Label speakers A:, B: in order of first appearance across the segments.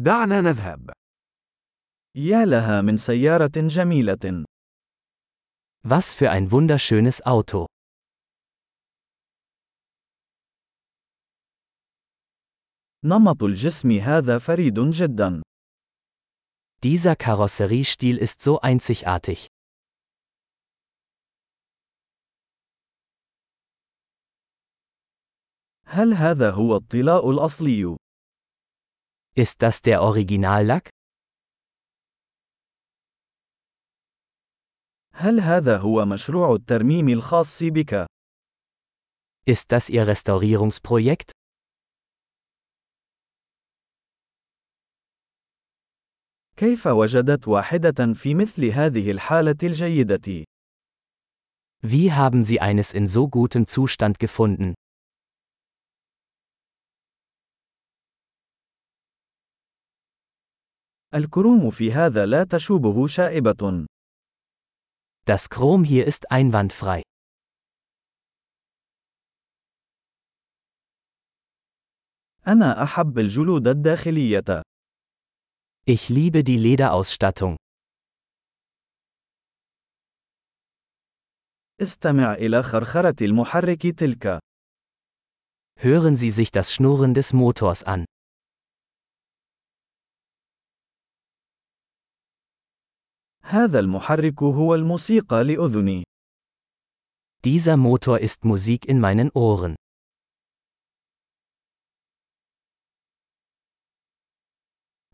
A: دعنا نذهب.
B: يا لها من سيارة جميلة.
C: Was für ein wunderschönes Auto.
B: نمط الجسم هذا فريد جدا.
C: Dieser Karosseriestil ist so einzigartig.
B: هل هذا هو الطلاء الأصلي؟
C: Ist das der Originallack?
B: هل هذا هو مشروع الترميم الخاص بك؟
C: Ist das Ihr Restaurierungsprojekt?
B: كيف وجدت واحدة في مثل هذه الحالة الجيدة؟
C: Wie haben Sie eines in so gutem Zustand gefunden?
B: الكروم في هذا لا تشوبه شائبة.
C: Das Chrom hier ist einwandfrei.
B: أنا أحب الجلود الداخلية.
C: Ich liebe die Lederausstattung.
B: استمع إلى خرخرة المحرك تلك.
C: Hören Sie sich das Schnurren des Motors an.
B: هذا المحرك هو الموسيقى لأذني.
C: Dieser Motor ist Musik in meinen Ohren.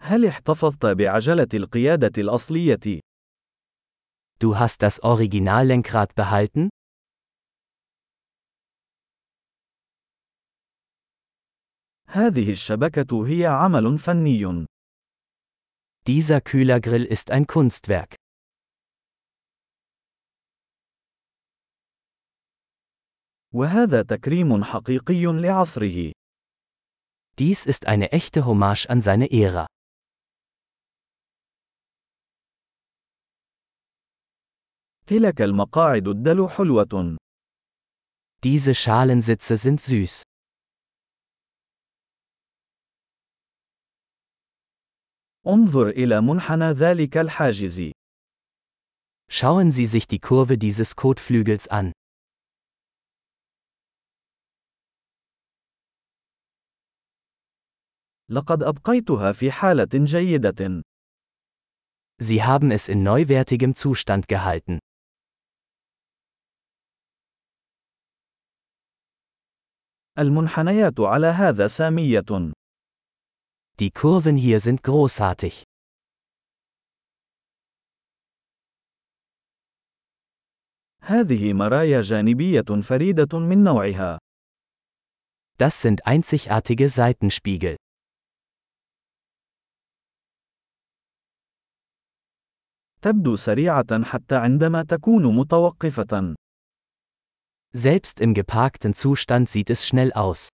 B: هل احتفظت بعجلة القيادة الأصلية؟
C: Du hast das Originallenkrad behalten?
B: هذه الشبكة هي عمل فني.
C: Dieser Kühlergrill ist ein Kunstwerk.
B: وهذا تكريم حقيقي لعصره.
C: Dies ist eine echte Hommage an seine Ära.
B: تلك المقاعد الدلو حلوة.
C: Diese Schalensitze sind süß.
B: انظر إلى منحنى ذلك الحاجز.
C: Schauen Sie sich die Kurve dieses Kotflügels an.
B: لقد أبقيتها في حالة جيدة.
C: Sie haben es in neuwertigem Zustand gehalten.
B: المنحنيات على هذا سامية.
C: Die Kurven hier sind großartig.
B: هذه مرايا جانبية فريدة من نوعها.
C: Das sind einzigartige Seitenspiegel.
B: تبدو سريعة حتى عندما تكون متوقفة.
C: Selbst im geparkten Zustand sieht es schnell aus.